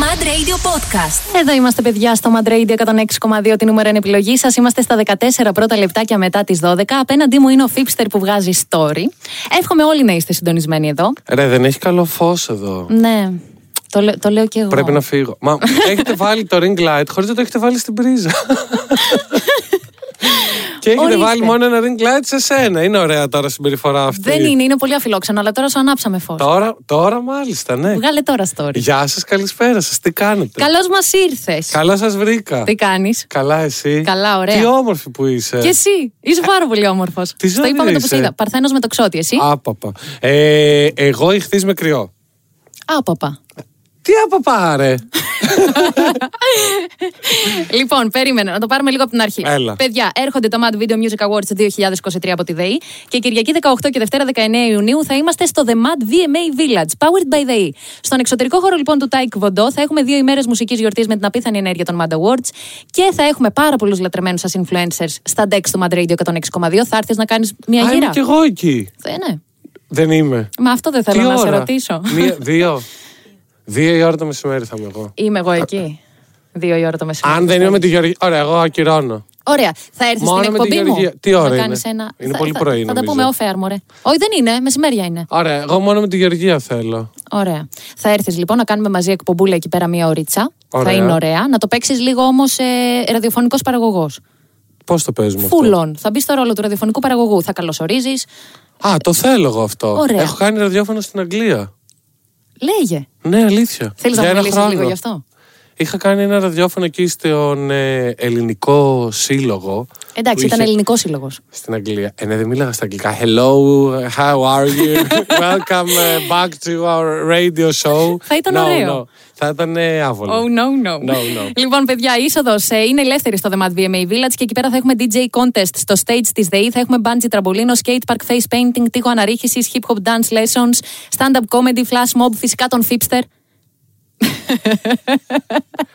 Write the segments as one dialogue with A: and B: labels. A: Mad Radio Podcast.
B: Εδώ είμαστε, παιδιά, στο Mad Radio 106,2. Τη νούμερο είναι επιλογή σας. Είμαστε στα 14 πρώτα λεπτάκια μετά τις 12. Απέναντί μου είναι ο Φίπστερ που βγάζει story. Εύχομαι όλοι να είστε συντονισμένοι εδώ.
C: Ρε, δεν έχει καλό φως εδώ.
B: Ναι, το, λέ- το λέω και εγώ.
C: Πρέπει να φύγω. Μα έχετε βάλει το ring light χωρίς να το έχετε βάλει στην πρίζα. Και έχετε
B: Ορίστε.
C: βάλει μόνο ένα ring light σε σένα. Είναι ωραία τώρα συμπεριφορά αυτή.
B: Δεν είναι, είναι πολύ αφιλόξενο, αλλά τώρα σου ανάψαμε φως.
C: Τώρα, τώρα μάλιστα, ναι.
B: Βγάλε τώρα story.
C: Γεια σας, καλησπέρα σας. Τι κάνετε.
B: Καλώς μας ήρθες.
C: Καλά σας βρήκα.
B: Τι κάνεις.
C: Καλά εσύ.
B: Καλά, ωραία.
C: Τι όμορφη που είσαι.
B: Και εσύ, είσαι πάρα πολύ όμορφος.
C: Ε. Τι
B: Το
C: ζώδιο
B: είπαμε το που σε
C: είσαι?
B: είδα. Παρθένος με το ξότι, εσύ.
C: Άπαπα. Ε, εγώ ηχθεί με κρυό.
B: Άπαπα.
C: Τι άπαπα, ρε.
B: Λοιπόν, περίμενα να το πάρουμε λίγο από την αρχή.
C: Έλα.
B: Παιδιά, έρχονται τα Mad Video Music Awards 2023 από τη ΔΕΗ και Κυριακή 18 και Δευτέρα 19 Ιουνίου θα είμαστε στο The Mad VMA Village, powered by ΔΕΗ. Στον εξωτερικό χώρο λοιπόν του Τάικ Βοντό θα έχουμε δύο ημέρες μουσικής γιορτής με την απίθανη ενέργεια των Mad Awards και θα έχουμε πάρα πολλούς λατρεμένους σας influencers στα decks του Mad Radio 106,2. Θα έρθεις να κάνεις μια
C: Α, είμαι
B: γύρα.
C: κι εγώ εκεί.
B: Ε, ναι.
C: Δεν είμαι.
B: Μα αυτό δεν θέλω
C: Τι
B: να σε
C: ώρα?
B: ρωτήσω.
C: Μία, δύο. δύο η ώρα το μεσημέρι θα είμαι εγώ.
B: Είμαι εγώ εκεί. Δύο η ώρα το μεσημέρι.
C: Αν δεν είμαι με τη Γεωργία. Ωραία, εγώ ακυρώνω.
B: Ωραία. Θα έρθεις
C: Μόνο
B: στην
C: με την
B: εκπομπή μου.
C: Γεωργία. Τι ώρα
B: να
C: είναι?
B: κάνεις Ένα...
C: Είναι
B: θα,
C: πολύ
B: θα-
C: πρωί,
B: Θα, τα
C: νομίζω.
B: πούμε off air, μωρέ. Όχι, δεν είναι. Μεσημέρια είναι.
C: Ωραία, εγώ μόνο με τη Γεωργία θέλω.
B: Ωραία. Θα έρθεις λοιπόν να κάνουμε μαζί εκπομπούλα εκεί πέρα μία ωρίτσα.
C: Ωραία.
B: Θα είναι ωραία. Να το παίξεις λίγο όμως ε, ραδιοφωνικός παραγωγός.
C: Πώς το παίζουμε αυτό.
B: Φούλων. Θα μπεις στο ρόλο του ραδιοφωνικού παραγωγού. Θα καλωσορίζεις.
C: Α, το θέλω εγώ αυτό.
B: Ωραία.
C: Έχω κάνει ραδιόφωνο στην Αγγλία.
B: Λέγε.
C: Ναι, αλήθεια.
B: Θέλεις
C: Για
B: να
C: ένα
B: μιλήσεις λίγο
C: χρόνο.
B: γι' αυτό.
C: Είχα κάνει ένα ραδιόφωνο εκεί στον ε, ελληνικό σύλλογο.
B: Εντάξει,
C: που
B: ήταν
C: είχε-
B: ελληνικό σύλλογος.
C: Στην Αγγλία. Ε, ναι, δεν μίλαγα στα αγγλικά. Hello, how are you? Welcome uh, back to our radio show.
B: Θα ήταν
C: No,
B: ωραίο.
C: no. Θα ήταν ε, άβολο.
B: Oh, no, no.
C: No, no.
B: Λοιπόν, παιδιά, η είσοδο είναι ελεύθερη στο The Mad VMA Village και εκεί πέρα θα έχουμε DJ contest στο stage της ΔΕΗ. Θα έχουμε bungee τραμπολίνο, skate park, face painting, τείχο αναρρίχησης, hip hop dance lessons, stand-up comedy, flash mob, φυσικά τον Fipster.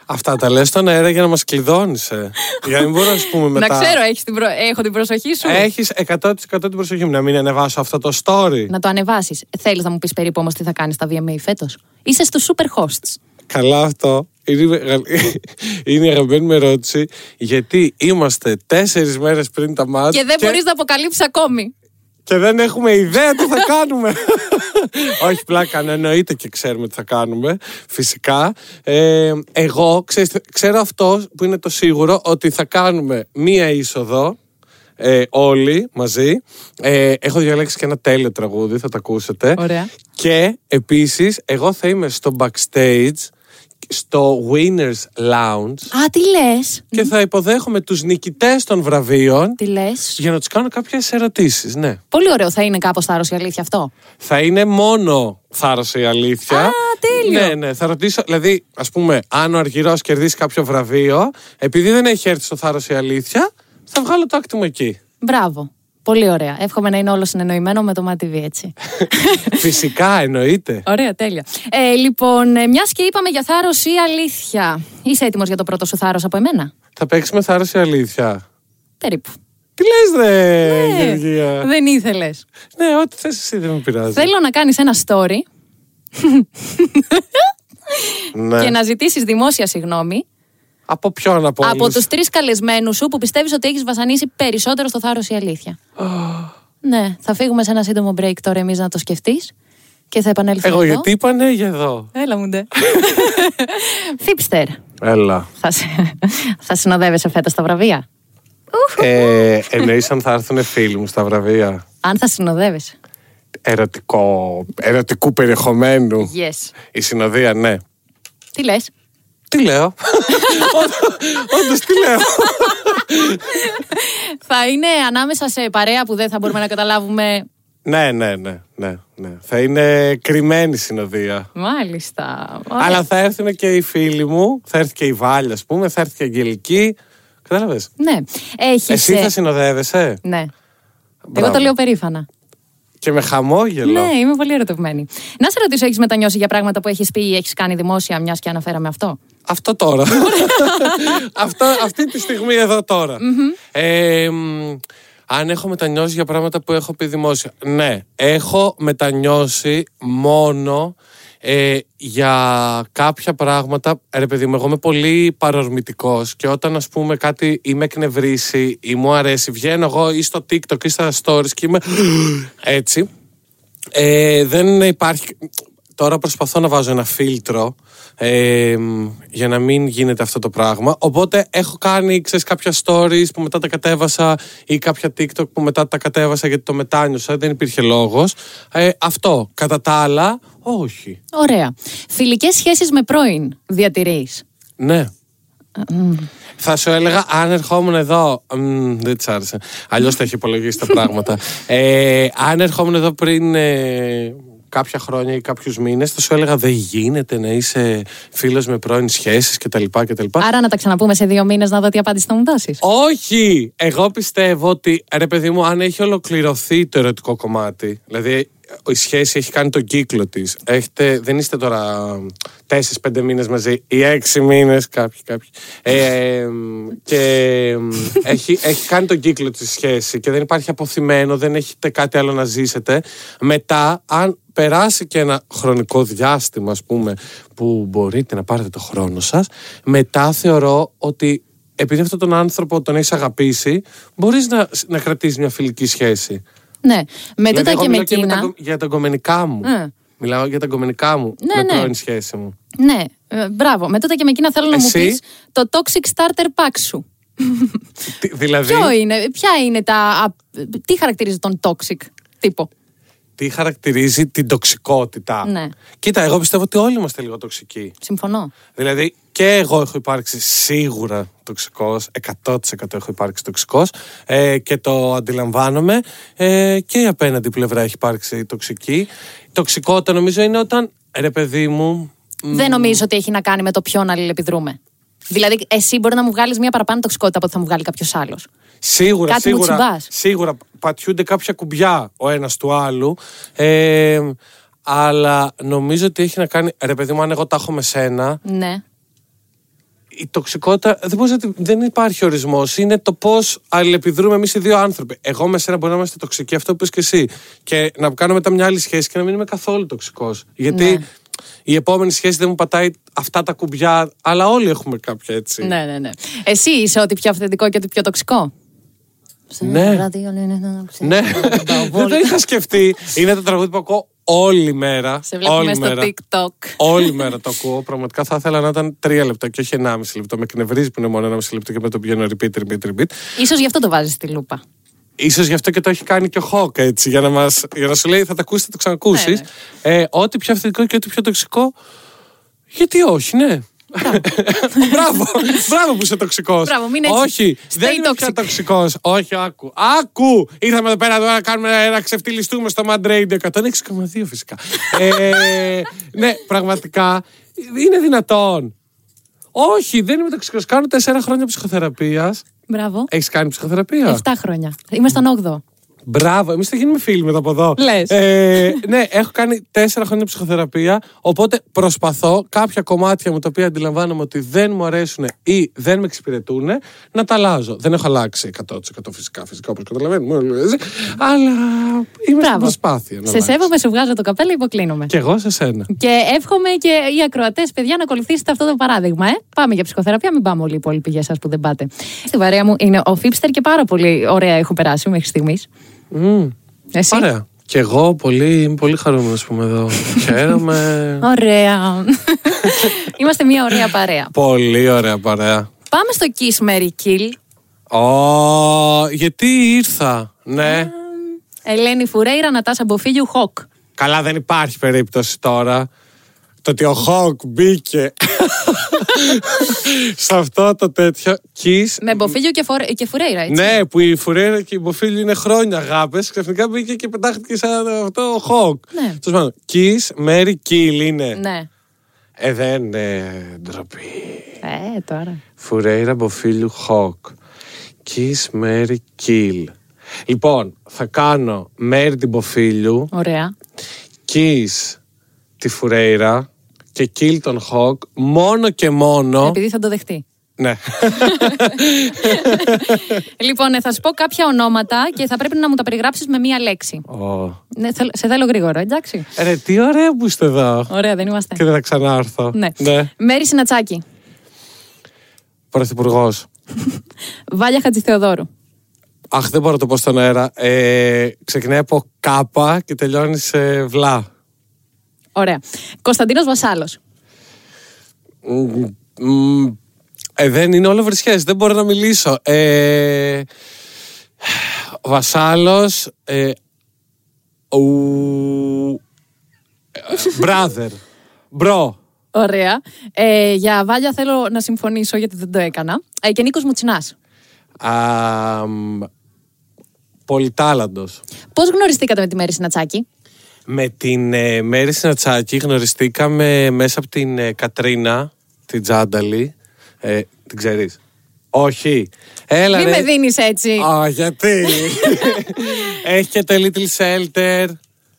C: Αυτά τα λες στον αέρα για να μας κλειδώνεις. ε. για να μην μπορούμε να σου πούμε μετά.
B: Να ξέρω, έχεις την προ- έχω την προσοχή σου.
C: Έχεις 100% την προσοχή μου να μην ανεβάσω αυτό το story.
B: Να το ανεβάσεις. Θέλεις να μου πεις περίπου όμως τι θα κάνεις στα VMA φέτος. Είσαι στους super hosts.
C: Καλά αυτό. Είναι, η μεγαλ- είναι η αγαπημένη μου ερώτηση. Γιατί είμαστε τέσσερις μέρες πριν τα μάτια
B: Και δεν μπορείς να αποκαλύψεις ακόμη.
C: και δεν έχουμε ιδέα τι θα κάνουμε. Όχι πλάκα, ναι, εννοείται και ξέρουμε τι θα κάνουμε. Φυσικά. Ε, εγώ ξέρεις, ξέρω αυτό που είναι το σίγουρο ότι θα κάνουμε μία είσοδο. Ε, όλοι μαζί. Ε, έχω διαλέξει και ένα τέλειο τραγούδι, θα το ακούσετε.
B: Ωραία.
C: Και επίσης εγώ θα είμαι στο backstage, στο Winners Lounge
B: Α, τι λες.
C: και θα υποδέχομαι τους νικητές των βραβείων
B: Τι λες.
C: για να τους κάνω κάποιες ερωτήσεις, ναι.
B: Πολύ ωραίο θα είναι κάπως θάρρος η αλήθεια αυτό.
C: Θα είναι μόνο θάρρος η αλήθεια.
B: Α, τέλειο.
C: Ναι, ναι. Θα ρωτήσω, δηλαδή, ας πούμε, αν ο Αργυρός κερδίσει κάποιο βραβείο, επειδή δεν έχει έρθει στο θάρρος η αλήθεια, θα βγάλω το άκτι μου εκεί.
B: Μπράβο. Πολύ ωραία. Εύχομαι να είναι όλο συνεννοημένο με το MATV, έτσι.
C: Φυσικά, εννοείται.
B: ωραία, τέλεια. Ε, λοιπόν, μιας και είπαμε για θάρρος ή αλήθεια. Είσαι έτοιμος για το πρώτο σου θάρρος από εμένα.
C: θα παίξουμε θάρρος η αλήθεια.
B: Περίπου.
C: Τι λες, ρε,
B: Ε,
C: Γεωργία.
B: δεν ήθελες.
C: Ναι, ό,τι θες εσύ δεν με πειράζει.
B: Θέλω να κάνεις ένα story
C: Ναι.
B: και να ζητήσεις δημόσια συγγνώμη
C: Από ποιον από
B: από
C: όλους?
B: τους τρεις καλεσμένους σου που πιστεύεις ότι έχεις βασανίσει περισσότερο στο θάρρος η αλήθεια. ναι, θα φύγουμε σε ένα σύντομο break τώρα εμείς να το σκεφτείς και θα επανέλθουμε.
C: Εγώ
B: εδώ.
C: γιατί είπα ναι για εδώ.
B: Έλα μου ντε. Φίπστερ,
C: Έλα.
B: θα, σε... θα συνοδεύεσαι φέτος στα βραβεία.
C: ε, Εννοείς αν θα έρθουν φίλοι μου στα βραβεία.
B: Αν θα συνοδεύεσαι.
C: Ερωτικό, ερωτικού περιεχομένου.
B: Yes.
C: Η συνοδεία, ναι.
B: Τι λες.
C: Τι λέω. Όντως τι λέω.
B: Θα είναι ανάμεσα σε παρέα που δεν θα μπορούμε να καταλάβουμε.
C: ναι, ναι, ναι, ναι, ναι. Θα είναι κρυμμένη συνοδεία.
B: Μάλιστα. Ωραία.
C: Αλλά θα έρθουν και οι φίλοι μου, θα έρθει και η Βάλια, ας πούμε, θα έρθει και η Αγγελική. Κατάλαβες.
B: Ναι. Έχεις.
C: Εσύ θα συνοδεύεσαι
B: Ναι. Εγώ
C: Μπράβο.
B: το λέω περήφανα.
C: και με χαμόγελο.
B: Ναι, είμαι πολύ ερωτευμένη. Να σε ρωτήσω, έχεις μετανιώσει για πράγματα που έχεις πει ή έχεις κάνει δημόσια, μιας και αναφέραμε αυτό.
C: Αυτό τώρα. Αυτό, αυτή τη στιγμή εδώ τώρα. Ε, μ, Αν έχω μετανιώσει για πράγματα που έχω πει δημόσια. Ναι, έχω μετανιώσει μόνο ε, για κάποια πράγματα. Ρε παιδί μου, εγώ είμαι πολύ παρορμητικός και όταν ας πούμε κάτι ή με εκνευρίσει ή μου αρέσει, βγαίνω εγώ ή στο TikTok ή στα stories και είμαι έτσι. Ε, δεν υπάρχει. Τώρα προσπαθώ να βάζω ένα φίλτρο ε, για να μην γίνεται αυτό το πράγμα. Οπότε έχω κάνει ξέρεις, κάποια stories που μετά τα κατέβασα ή κάποια TikTok που μετά τα κατέβασα γιατί το μετάνιωσα. Δεν υπήρχε λόγος. Ε, αυτό. Κατά τα άλλα, όχι.
B: Ωραία. Φιλικές σχέσεις με πρώην διατηρείς.
C: Ναι. Θα σου έλεγα αν ερχόμουν εδώ. Μμμ, δεν της άρεσε. Αλλιώς τα έχει υπολογίσει τα πράγματα. Ε, αν ερχόμουν εδώ πριν ε, κάποια χρόνια ή κάποιους μήνες, θα σου έλεγα δεν γίνεται να είσαι φίλος με πρώην σχέσεις κτλ. κτλ.
B: Άρα να τα ξαναπούμε σε δύο μήνες να δω τι απάντηση θα μου δώσεις.
C: Όχι! Εγώ πιστεύω ότι ρε παιδί μου, αν έχει ολοκληρωθεί το ερωτικό κομμάτι, δηλαδή η σχέση έχει κάνει τον κύκλο της. Δεν είστε τώρα τέσσερι-πέντε μήνες μαζί ή έξι μήνες, κάποιοι, κάποιοι. Ε, και έχει, έχει κάνει τον κύκλο της σχέση και δεν υπάρχει αποθυμένο, δεν έχετε κάτι άλλο να ζήσετε. Μετά, αν περάσει και ένα χρονικό διάστημα, ας πούμε, που μπορείτε να πάρετε το χρόνο σας, μετά θεωρώ ότι επειδή αυτόν τον άνθρωπο τον έχεις αγαπήσει, μπορείς να, να κρατήσεις μια φιλική σχέση.
B: Ναι. Με τούτα
C: Δηλαδή, εγώ
B: και με
C: μιλάω τα
B: εκείνα.
C: κο- για τα κομμενικά μου.
B: Ε.
C: Μιλάω για τα κομμενικά μου
B: Ναι,
C: με
B: ναι.
C: πρώην σχέση μου.
B: Ναι, ε, μπράβο. Με τούτα και με εκείνα θέλω να μου
C: Εσύ?
B: πεις το toxic starter pack σου.
C: Τι- δηλαδή,
B: Ποιο είναι, ποια είναι τα. α, Τι χαρακτηρίζει τον toxic τύπο.
C: τι χαρακτηρίζει την τοξικότητα.
B: Ναι.
C: Κοίτα, εγώ πιστεύω ότι όλοι είμαστε λίγο τοξικοί.
B: Συμφωνώ.
C: Δηλαδή, και εγώ έχω υπάρξει σίγουρα τοξικός, 100% έχω υπάρξει τοξικός ε, και το αντιλαμβάνομαι. Ε, και η απέναντι πλευρά έχει υπάρξει τοξική. Τοξικότητα νομίζω είναι όταν, ρε παιδί μου,
B: Δεν νομίζω ότι έχει να κάνει με το ποιον αλληλεπιδρούμε. Δηλαδή, εσύ μπορεί να μου βγάλεις μια παραπάνω τοξικότητα από ότι θα μου βγάλει κάποιος άλλος.
C: Σίγουρα,
B: Κάτι μου
C: σίγουρα,
B: τσιμπάς.
C: σίγουρα πατιούνται κάποια κουμπιά ο ένας του άλλου. Ε, αλλά νομίζω ότι έχει να κάνει. Ρε, παιδί μου, αν εγώ τα έχω με σένα,
B: Ναι.
C: η τοξικότητα δεν, μπορείς να την- δεν υπάρχει ορισμός. Είναι το πώς αλληλεπιδρούμε εμείς οι δύο άνθρωποι. Εγώ με σένα μπορεί να είμαστε τοξικοί, αυτό που είσαι και εσύ. Και να κάνω μετά μια άλλη σχέση και να μην είμαι καθόλου τοξικός. Γιατί
B: Ναι.
C: η επόμενη σχέση δεν μου πατάει αυτά τα κουμπιά, αλλά όλοι έχουμε κάποια έτσι.
B: Ναι, ναι, ναι. Εσύ είσαι ό,τι πιο αυθεντικό και ό,τι πιο τοξικό.
C: Ναι.
B: Ράδιο, ναι, ναι, ναι, ναι.
C: Ναι, δεν το είχα σκεφτεί. Είναι το τραγούδι που ακούω όλη μέρα.
B: Σε βλέπουμε
C: όλη
B: στο
C: μέρα.
B: TikTok.
C: Όλη μέρα το ακούω. Πραγματικά θα ήθελα να ήταν τρία λεπτά και όχι ενάμιση λεπτό. Με εκνευρίζει που είναι μόνο ενάμιση λεπτό και μετά το πηγαίνω repeat, repeat, repeat.
B: Ίσως γι' αυτό το βάζεις στη λούπα.
C: Ίσως γι' αυτό και το έχει κάνει και ο Χοκ έτσι, για να, μας, για να σου λέει θα τα ακούσεις, θα το ξανακούσεις.
B: Ναι,
C: ε, ό,τι πιο αυθεντικό και ό,τι πιο τοξικό. Γιατί όχι, ναι. Μπράβο. Μπράβο που είσαι τοξικός.
B: Μπράβο, μην έτσι.
C: Όχι,
B: Stay
C: δεν είμαι πια
B: toxic.
C: τοξικός. Όχι, άκου. Άκου! Ήρθαμε εδώ πέρα τώρα να κάνουμε να ξεφτυλιστούμε στο Mad Radio 106,2 φυσικά. ε, ναι, πραγματικά είναι δυνατόν. Όχι, δεν είμαι τοξικός. Κάνω τέσσερα χρόνια ψυχοθεραπείας.
B: Μπράβο.
C: Έχεις κάνει ψυχοθεραπεία.
B: 7 χρόνια. Είμαι στον 8ο.
C: Μπράβο, εμείς θα γίνουμε φίλοι μετά από εδώ.
B: Λες.
C: Ε, ναι, έχω κάνει τέσσερα χρόνια ψυχοθεραπεία. Οπότε προσπαθώ κάποια κομμάτια μου τα οποία αντιλαμβάνομαι ότι δεν μου αρέσουν ή δεν με εξυπηρετούν να τα αλλάζω. Δεν έχω αλλάξει 100% φυσικά, φυσικά όπως καταλαβαίνουμε. όλοι, έτσι. Αλλά είμαι στην
B: Μπράβο.
C: προσπάθεια. να
B: Σε
C: αλλάξω.
B: σέβομαι, σου βγάζω το καπέλο, υποκλίνομαι.
C: Και εγώ σε σένα.
B: Και εύχομαι και οι ακροατές, παιδιά, να ακολουθήσετε αυτό το παράδειγμα. Ε. Πάμε για ψυχοθεραπεία, μην πάμε όλοι οι υπόλοιποι για εσάς που δεν πάτε. Στη βαρέα μου είναι ο Φίπστερ και πάρα πολύ ωραία έχω περάσει μέχρι στιγμής. Εσύ.
C: Ωραία. Και εγώ πολύ, είμαι πολύ χαρούμενος που είμαι εδώ. Χαίρομαι.
B: Ωραία. Είμαστε μια ωραία παρέα.
C: πολύ ωραία παρέα.
B: Πάμε στο Kiss Mary Kill.
C: Ω, γιατί ήρθα. Ναι.
B: Ελένη Φουρέιρα, Νατάσα Μποφίλιου, Χοκ.
C: Καλά, δεν υπάρχει περίπτωση τώρα. Το ότι ο Χοκ μπήκε σε αυτό το τέτοιο. Kiss.
B: Με Μποφίλιου και, φορ... και Φουρέιρα, Ναι, έτσι.
C: Ναι, που η Φουρέρα και η Μποφίλη είναι χρόνια αγάπες. Ξαφνικά μπήκε και πετάχτηκε σαν αυτό ο Χοκ.
B: Ναι.
C: Τέλος πάντων. Kiss, Mary Kill είναι.
B: Ναι.
C: Ε, δεν είναι ντροπή.
B: Ε, τώρα.
C: Φουρέιρα Μποφίλιου Χοκ. Kiss, Mary Kill. Λοιπόν, θα κάνω Mary την Μποφίλιου.
B: Ωραία.
C: Keys τη Φουρέιρα και Kill τον Hawk μόνο και μόνο.
B: Επειδή θα το δεχτεί.
C: Ναι.
B: λοιπόν, ε, θα σου πω κάποια ονόματα και θα πρέπει να μου τα περιγράψεις με μία λέξη.
C: Ω.
B: Ναι, θέλ- σε θέλω γρήγορα, εντάξει.
C: Ρε, τι ωραία που είστε εδώ.
B: Ωραία, δεν είμαστε.
C: Και δεν θα ξανάρθω.
B: Ναι. Μέρη Συνατσάκη.
C: Πρωθυπουργός.
B: Βάλια Χατζηθεοδόρου.
C: Αχ, δεν μπορώ να το πω στον αέρα. Ε, ξεκινάει από κάπα και τελειώνει σε βλά.
B: Ωραία. Κωνσταντίνος Βασάλος.
C: Μμ, μμ, Ε, δεν είναι όλο βρισιές, δεν μπορώ να μιλήσω. Ε, βασάλος, ε, ου, ε, brother, μπρο,
B: Ωραία. Ε, για Βάλια θέλω να συμφωνήσω γιατί δεν το έκανα. Ε, και Νίκος Μουτσινάς.
C: α, μ, πολυτάλαντος.
B: Πώς γνωριστήκατε με τη Μέρη Συνατσάκη.
C: Με την ε, Μέρη Συνατσάκη γνωριστήκαμε μέσα από την ε, Κατρίνα, την Τζάνταλη. Ε, την ξέρεις. Όχι. Έλα
B: Μην
C: ρε.
B: με δίνεις έτσι.
C: Α, γιατί. Έχει και το Little Shelter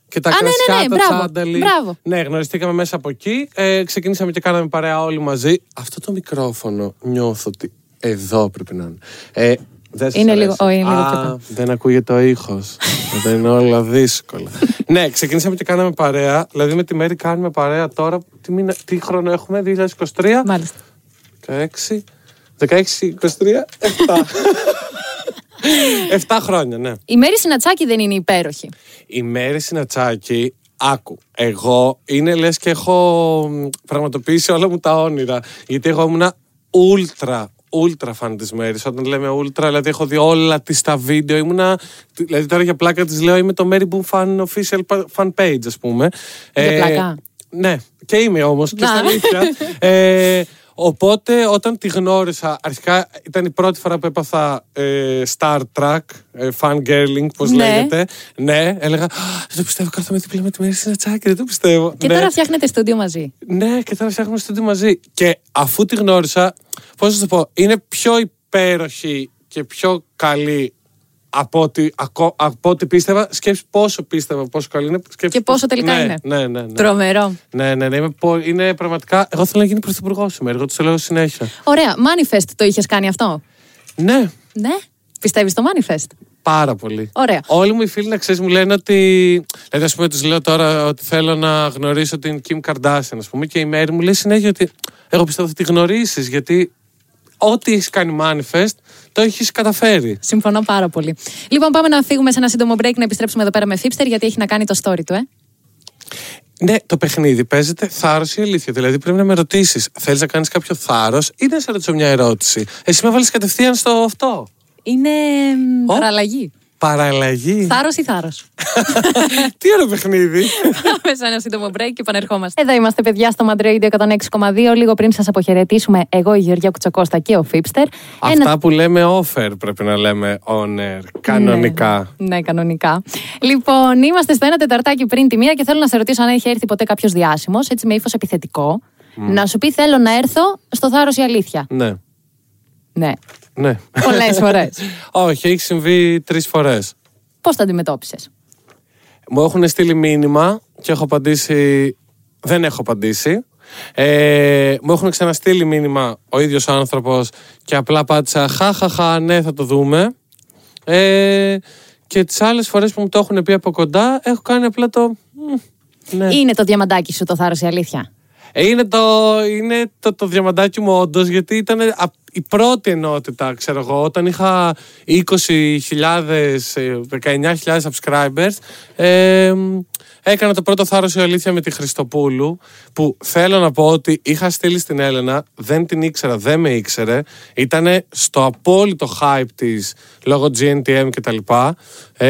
C: και τα
B: Α, ναι, ναι,
C: κλασικά
B: ναι,
C: τα
B: μπράβο,
C: τσάνταλι.
B: μπράβο.
C: Ναι, γνωριστήκαμε μέσα από εκεί. Ε, ξεκινήσαμε και κάναμε παρέα όλοι μαζί. Αυτό το μικρόφωνο νιώθω ότι εδώ πρέπει να είναι. Ε, δεν σας
B: Είναι
C: αρέσει.
B: λίγο- όχι, είναι λίγο
C: Α,
B: πιο πάνω.
C: δεν ακούγεται ο ήχος. δεν είναι όλα δύσκολα. ναι, ξεκινήσαμε και κάναμε παρέα. Δηλαδή με τη Μέρη κάνουμε παρέα τώρα. Τι, μήνα, τι χρόνο έχουμε, 2023.
B: Μάλιστα.
C: 16, 16, 23, 7. 7 χρόνια, ναι.
B: Η Μέρη Συνατσάκη δεν είναι υπέροχη.
C: Η Μέρη Συνατσάκη, άκου, εγώ είναι λες και έχω μ, πραγματοποιήσει όλα μου τα όνειρα. Γιατί εγώ ήμουνα ούλτρα, ούλτρα φαν της Μέρης. Όταν λέμε ούλτρα, δηλαδή έχω δει όλα τις τα βίντεο. Ήμουνα, δηλαδή τώρα για πλάκα της λέω είμαι το Mary Boom Fan Official pa- Fan Page, ας πούμε. Ε,
B: Για πλάκα.
C: Ναι, και είμαι όμως και στα
B: Να.
C: αλήθεια. ε, οπότε όταν τη γνώρισα, αρχικά ήταν η πρώτη φορά που έπαθα ε, Star Trek, ε, fangirling, πώς
B: Ναι.
C: λέγεται. Ναι, έλεγα, «Α, δεν το πιστεύω, κάθομαι δίπλα με τη Μέρη Συνατσάκη, δεν το πιστεύω.
B: Και
C: ναι.
B: τώρα φτιάχνετε στούντιο μαζί.
C: Ναι, και τώρα φτιάχνουμε στούντιο μαζί. Και αφού τη γνώρισα, πώς να σου το πω, είναι πιο υπέροχη και πιο καλή από ό,τι, ακο- από ό,τι πίστευα. Σκέψει πόσο πίστευα, πόσο καλή είναι. σκέψου
B: Και πόσο τελικά
C: ναι,
B: είναι.
C: Ναι, ναι, ναι.
B: Τρομερό.
C: Ναι, ναι, ναι. Είμαι, πο- είναι πραγματικά. Εγώ θέλω να γίνει πρωθυπουργός σήμερα. Εγώ του το λέω συνέχεια.
B: Ωραία. Manifest το είχες κάνει αυτό.
C: Ναι,
B: Ναι. Πιστεύεις στο manifest.
C: πάρα πολύ.
B: Ωραία.
C: Όλοι μου οι φίλοι να ξέρεις μου λένε ότι. Δηλαδή, ας πούμε, τους λέω τώρα ότι θέλω να γνωρίσω την Kim Kardashian, ας πούμε, και η Μέρη μου λέει συνέχεια ότι εγώ πιστεύω θα τη γνωρίσεις, γιατί ό,τι έχεις κάνει manifest το έχεις καταφέρει.
B: Συμφωνώ πάρα πολύ. Λοιπόν, πάμε να φύγουμε σε ένα σύντομο break να επιστρέψουμε εδώ πέρα με Fipster γιατί έχει να κάνει το story του, ε.
C: Ναι, το παιχνίδι παίζεται θάρρος ή αλήθεια. Δηλαδή, πρέπει να με ρωτήσεις, θέλεις να κάνεις κάποιο θάρρος ή να σε ρωτήσω μια ερώτηση. Εσύ με βάλεις κατευθείαν στο αυτό.
B: Είναι μ,
C: Ω.
B: παραλλαγή.
C: Παραλλαγή.
B: Θάρρος ή θάρρος.
C: Τι ωραίο παιχνίδι.
B: Πάμε σε ένα σύντομο break και επανερχόμαστε. Εδώ είμαστε, παιδιά, στο Mad Radio 106,2. Λίγο πριν σας αποχαιρετήσουμε, εγώ, η Γεωργία Κουτσοκώστα και ο Φίπστερ.
C: Αυτά που λέμε offer πρέπει να λέμε on air. Κανονικά.
B: Ναι, κανονικά. Λοιπόν, είμαστε στο ένα τεταρτάκι πριν τη μία και θέλω να σε ρωτήσω αν έχει έρθει ποτέ κάποιος διάσημος, έτσι με ύφος επιθετικό, να σου πει: Θέλω να έρθω στο θάρρος η αλήθεια.
C: Ναι.
B: Ναι.
C: Ναι.
B: Πολλές φορές.
C: Όχι, έχει συμβεί τρεις φορές.
B: Πώς τα αντιμετώπισες.
C: Μου έχουν στείλει μήνυμα και έχω απαντήσει. Δεν έχω απαντήσει. Ε, μου έχουν ξαναστείλει μήνυμα ο ίδιος άνθρωπος και απλά πάτησα. Χαχαχα, ναι, θα το δούμε. Ε, και τις άλλες φορές που μου το έχουν πει από κοντά, έχω κάνει απλά το. «Μμ, Ναι.
B: Είναι το διαμαντάκι σου το θάρρος η αλήθεια.
C: Ε, Είναι το, είναι το, το διαμαντάκι μου όντως, γιατί ήταν α- η πρώτη ενότητα, ξέρω εγώ. Όταν είχα 20.000, ε, 19.000 subscribers, ε, μ, έκανα το πρώτο θάρρος η αλήθεια με τη Χριστοπούλου, που θέλω να πω ότι είχα στείλει στην Έλενα, δεν την ήξερα, δεν με ήξερε, ήταν στο απόλυτο hype της λόγω GNTM και τα λοιπά ε,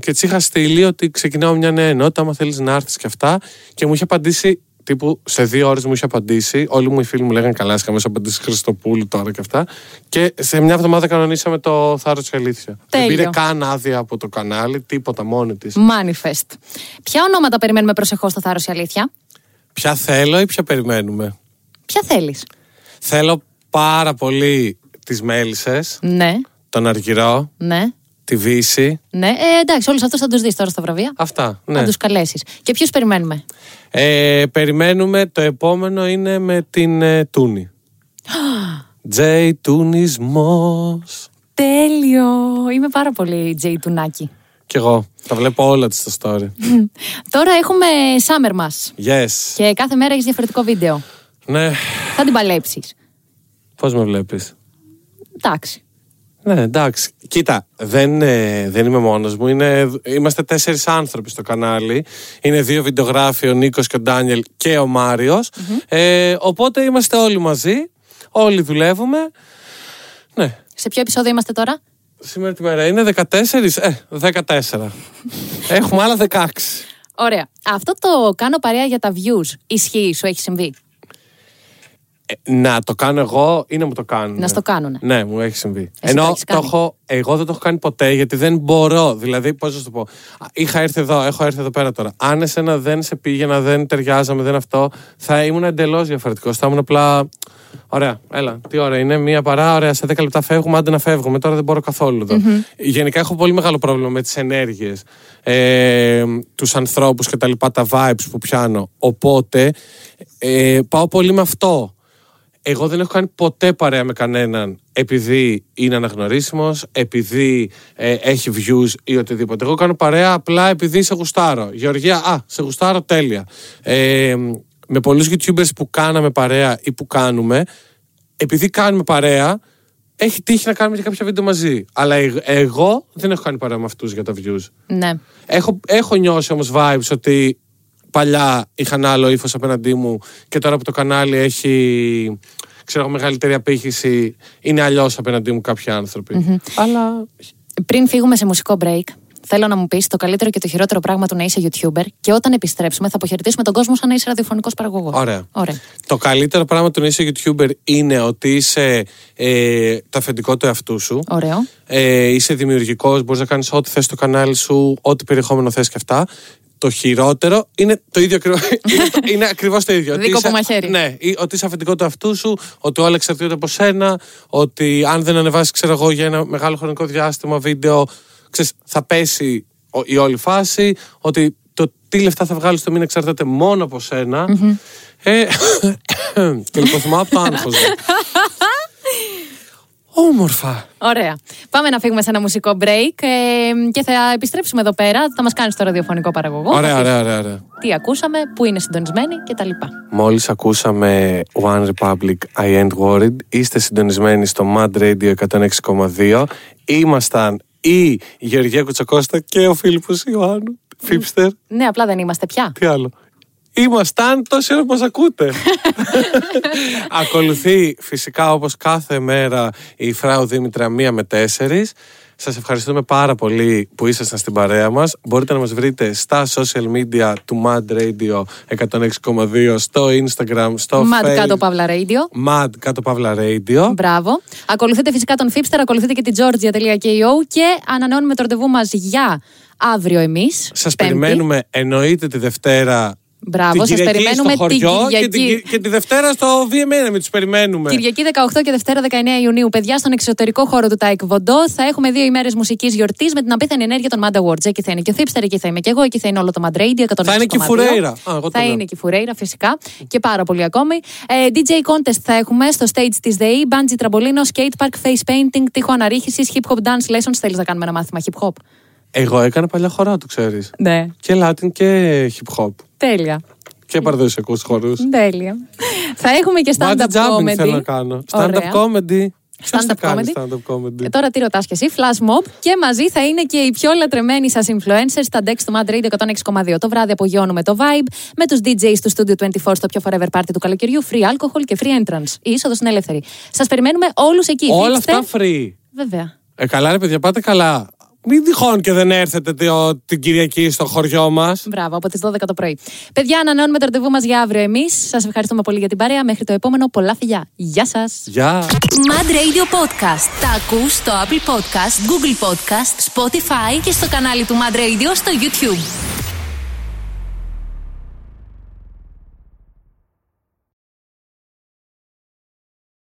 C: και της είχα στείλει ότι ξεκινάω μια νέα ενότητα, άμα θέλεις να έρθεις και αυτά και μου είχε απαντήσει τύπου σε δύο ώρες μου είχε απαντήσει. Όλοι μου οι φίλοι μου λέγανε καλά, είχαμε απαντήσει Χριστοπούλου τώρα και αυτά. Και σε μια εβδομάδα κανονίσαμε το θάρρος της αλήθειας. Δεν
B: Τέλειο.
C: πήρε καν άδεια από το κανάλι, τίποτα μόνη της.
B: Manifest. Ποια ονόματα περιμένουμε προσεχώς στο θάρρος η αλήθειας.
C: Ποια θέλω ή ποια περιμένουμε.
B: Ποια θέλεις.
C: Θέλω πάρα πολύ τις μέλισσες,
B: Ναι,
C: τον αργυρό,
B: ναι,
C: τη Βύση.
B: ναι. Ε, εντάξει, όλους αυτούς θα τους δεις τώρα στα βραβεία.
C: Αυτά. Ναι.
B: Να τους καλέσεις. Και ποιους περιμένουμε.
C: Ε, περιμένουμε. Το επόμενο είναι με την ε, Τούνη. Τζέιτουνισμός.
B: Τέλειο. Είμαι πάρα πολύ Τζέι Τουνάκη.
C: Κι εγώ. Τα βλέπω όλα της στο story.
B: Τώρα έχουμε Summer μας.
C: Yes.
B: Και κάθε μέρα έχεις διαφορετικό βίντεο.
C: Ναι.
B: Θα την παλέψεις.
C: Πώς με βλέπεις.
B: Εντάξει.
C: Ναι, εντάξει. Κοίτα, δεν, ε, δεν είμαι μόνος μου. Είναι, είμαστε τέσσερις άνθρωποι στο κανάλι. Είναι δύο βιντεογράφοι, ο Νίκος και ο Ντάνιελ και ο μαριο Ε, οπότε είμαστε όλοι μαζί. Όλοι δουλεύουμε. Ναι.
B: Σε ποιο επεισόδιο είμαστε τώρα,
C: Σήμερα τη μέρα είναι 14. Ε, 14. Έχουμε άλλα 16.
B: Ωραία. Αυτό το κάνω παρέα για τα views. Ισχύει, σου έχει συμβεί.
C: Ε, να το κάνω εγώ ή να μου το κάνουν.
B: Να στο κάνουνε.
C: Ναι, μου έχει συμβεί.
B: Εσύ το
C: Ενώ
B: έχεις
C: το
B: κάνει.
C: έχω, εγώ δεν το έχω κάνει ποτέ γιατί δεν μπορώ. Δηλαδή, πώς να σου το πω. Α, Είχα έρθει εδώ, έχω έρθει εδώ πέρα τώρα. Αν εσένα δεν σε πήγαινα, δεν ταιριάζαμε, δεν αυτό, θα ήμουν εντελώς διαφορετικός. Θα ήμουν απλά. Ωραία, έλα. Τι ώρα είναι, μία παρά, ωραία. Σε 10 λεπτά φεύγουμε, άντε να φεύγουμε. Τώρα δεν μπορώ καθόλου εδώ. Γενικά έχω πολύ μεγάλο πρόβλημα με τις ενέργειες, ε, τους ανθρώπους και τα λοιπά, τα vibes που πιάνω. Οπότε ε, πάω πολύ με αυτό. Εγώ δεν έχω κάνει ποτέ παρέα με κανέναν επειδή είναι αναγνωρίσιμος, επειδή ε, έχει views ή οτιδήποτε. Εγώ κάνω παρέα απλά επειδή σε γουστάρω. Γεωργία, α, σε γουστάρω τέλεια. Ε, με πολλούς YouTubers που κάναμε παρέα ή που κάνουμε, επειδή κάνουμε παρέα, έχει τύχει να κάνουμε και κάποια βίντεο μαζί. Αλλά εγ- εγώ δεν έχω κάνει παρέα με αυτούς για τα views.
B: Ναι.
C: Έχω, έχω νιώσει όμως vibes ότι παλιά είχαν άλλο ύφος απέναντί μου και τώρα που το κανάλι έχει ξέρω, εγώ, μεγαλύτερη απήχηση, είναι αλλιώς απέναντί μου κάποιοι άνθρωποι. Αλλά.
B: Πριν φύγουμε σε μουσικό break, θέλω να μου πεις το καλύτερο και το χειρότερο πράγμα του να είσαι YouTuber και όταν επιστρέψουμε θα αποχαιρετήσουμε τον κόσμο σαν να είσαι ραδιοφωνικός παραγωγός.
C: Ωραία.
B: Ωραία.
C: Το καλύτερο πράγμα του να είσαι YouTuber είναι ότι είσαι ε, το αφεντικό του εαυτού σου.
B: Ωραίο.
C: Ε, είσαι δημιουργικός, μπορείς να κάνεις ό,τι θες στο κανάλι σου, ό,τι περιεχόμενο θες και αυτά. Το χειρότερο είναι το ίδιο ακριβώ. είναι ακριβώς το ίδιο. Ότι
B: Δίκοπο
C: είσαι-
B: μαχαίρι.
C: Ναι, ή- ότι είσαι αφεντικό του αυτού σου, ότι όλα εξαρτιούνται από σένα, ότι αν δεν ανεβάσεις, ξέρω εγώ, για ένα μεγάλο χρονικό διάστημα βίντεο, ξέρεις, θα πέσει ο- η όλη φάση, ότι το τι λεφτά θα βγάλεις το μήνα εξαρτάται μόνο από σένα. Ε, και λιποθυμάω από το άγχος μου. Όμορφα.
B: Ωραία. Πάμε να φύγουμε σε ένα μουσικό break ε, και θα επιστρέψουμε εδώ πέρα. Θα μας κάνεις το ραδιοφωνικό παραγωγό.
C: Ωραία, ωραία, ωραία, ωραία.
B: Τι ακούσαμε, πού είναι συντονισμένοι κτλ.
C: Μόλις ακούσαμε One Republic I Ain't Worried Είστε συντονισμένοι στο Mad Radio 106,2 Ήμασταν η Γεωργία Κουτσακώστα και ο Φίλιππος Ιωάννου Φίπστερ,
B: Ναι, απλά δεν είμαστε πια.
C: τι άλλο Ήμασταν τόση ώρα που μας ακούτε Ακολουθεί φυσικά όπως κάθε μέρα η Φράου Δήμητρα μία με 4 σας ευχαριστούμε πάρα πολύ που ήσασταν στην παρέα μας. Μπορείτε να μας βρείτε στα social media του Mad Radio 106,2, στο Instagram, στο
B: Mad
C: Facebook.
B: κάτω Παύλα Radio.
C: Mad κάτω παύλα radio.
B: Μπράβο. Ακολουθείτε φυσικά τον Fipster, ακολουθείτε και την Georgia.ko και ανανεώνουμε το ραντεβού μας για αύριο εμείς.
C: Σας περιμένουμε εννοείται τη Δευτέρα
B: Μπράβο,
C: την
B: σας
C: Κυριακή
B: περιμένουμε
C: στο
B: την
C: χωριό και, την,
B: Κυριακή.
C: Κυρ- και τη Δευτέρα στο VMN. Μην τους περιμένουμε.
B: Κυριακή 18 και Δευτέρα 19 Ιουνίου, παιδιά, στον εξωτερικό χώρο του ΤΑΕΚ Βοντό. Θα έχουμε δύο ημέρες μουσικής γιορτής με την απίθανη ενέργεια των Mad Awards. Εκεί θα είναι και ο Θήψτερ, εκεί θα είμαι και εγώ, εκεί θα είναι όλο το Mad Radio. 106,2.
C: Θα είναι και η Φουρέιρα. Α, εγώ το
B: θα
C: λέω.
B: είναι και η Φουρέιρα, φυσικά. Και πάρα πολύ ακόμη. Ε, DJ contest θα έχουμε στο stage της ΔΕΗ, Bungee Τραμπολίνο, Skate Park, Face Painting, τείχο αναρρίχησης, Hip Hop Dance Lessons. Θέλεις να κάνουμε ένα μάθημα Hip Hop.
C: Εγώ έκανα παλιά χορό, το ξέρεις.
B: Ναι.
C: Και Latin και hip hop.
B: Τέλεια.
C: Και παραδοσιακούς χορούς.
B: Τέλεια. θα έχουμε και
C: Bungee
B: stand-up
C: jumping
B: comedy.
C: θέλω να κάνω.
B: Ωραία.
C: Stand-up comedy. Ποιος θα
B: Stand-up
C: κάνει
B: comedy.
C: stand-up comedy.
B: Ε, Τώρα τι ρωτάς και εσύ, Flash Mob. Και μαζί θα είναι και οι πιο λατρεμένοι σας influencers στα Dex του Mad Radio 106,2. Το βράδυ απογειώνουμε το vibe με τους DJs του Studio 24 στο πιο forever party του καλοκαιριού. Free alcohol και free entrance. Η είσοδος είναι ελεύθερη. Σας περιμένουμε όλους εκεί.
C: Όλα
B: Hipster-
C: αυτά free.
B: Βέβαια.
C: Ε, καλά, ρε παιδιά, πάτε καλά. Μην τυχόν και δεν έρθετε το- την Κυριακή στο χωριό μας.
B: Μπράβο, από τις 12 το πρωί. Παιδιά, ανανεώνουμε το ραντεβού μας για αύριο εμείς. Σας ευχαριστούμε πολύ για την παρέα. Μέχρι το επόμενο, πολλά φιλιά. Γεια σας.
C: Γεια.
A: Mad Radio Podcast. Τα ακούς στο Apple Podcast, Google Podcast, Spotify και στο κανάλι του Mad Radio στο YouTube.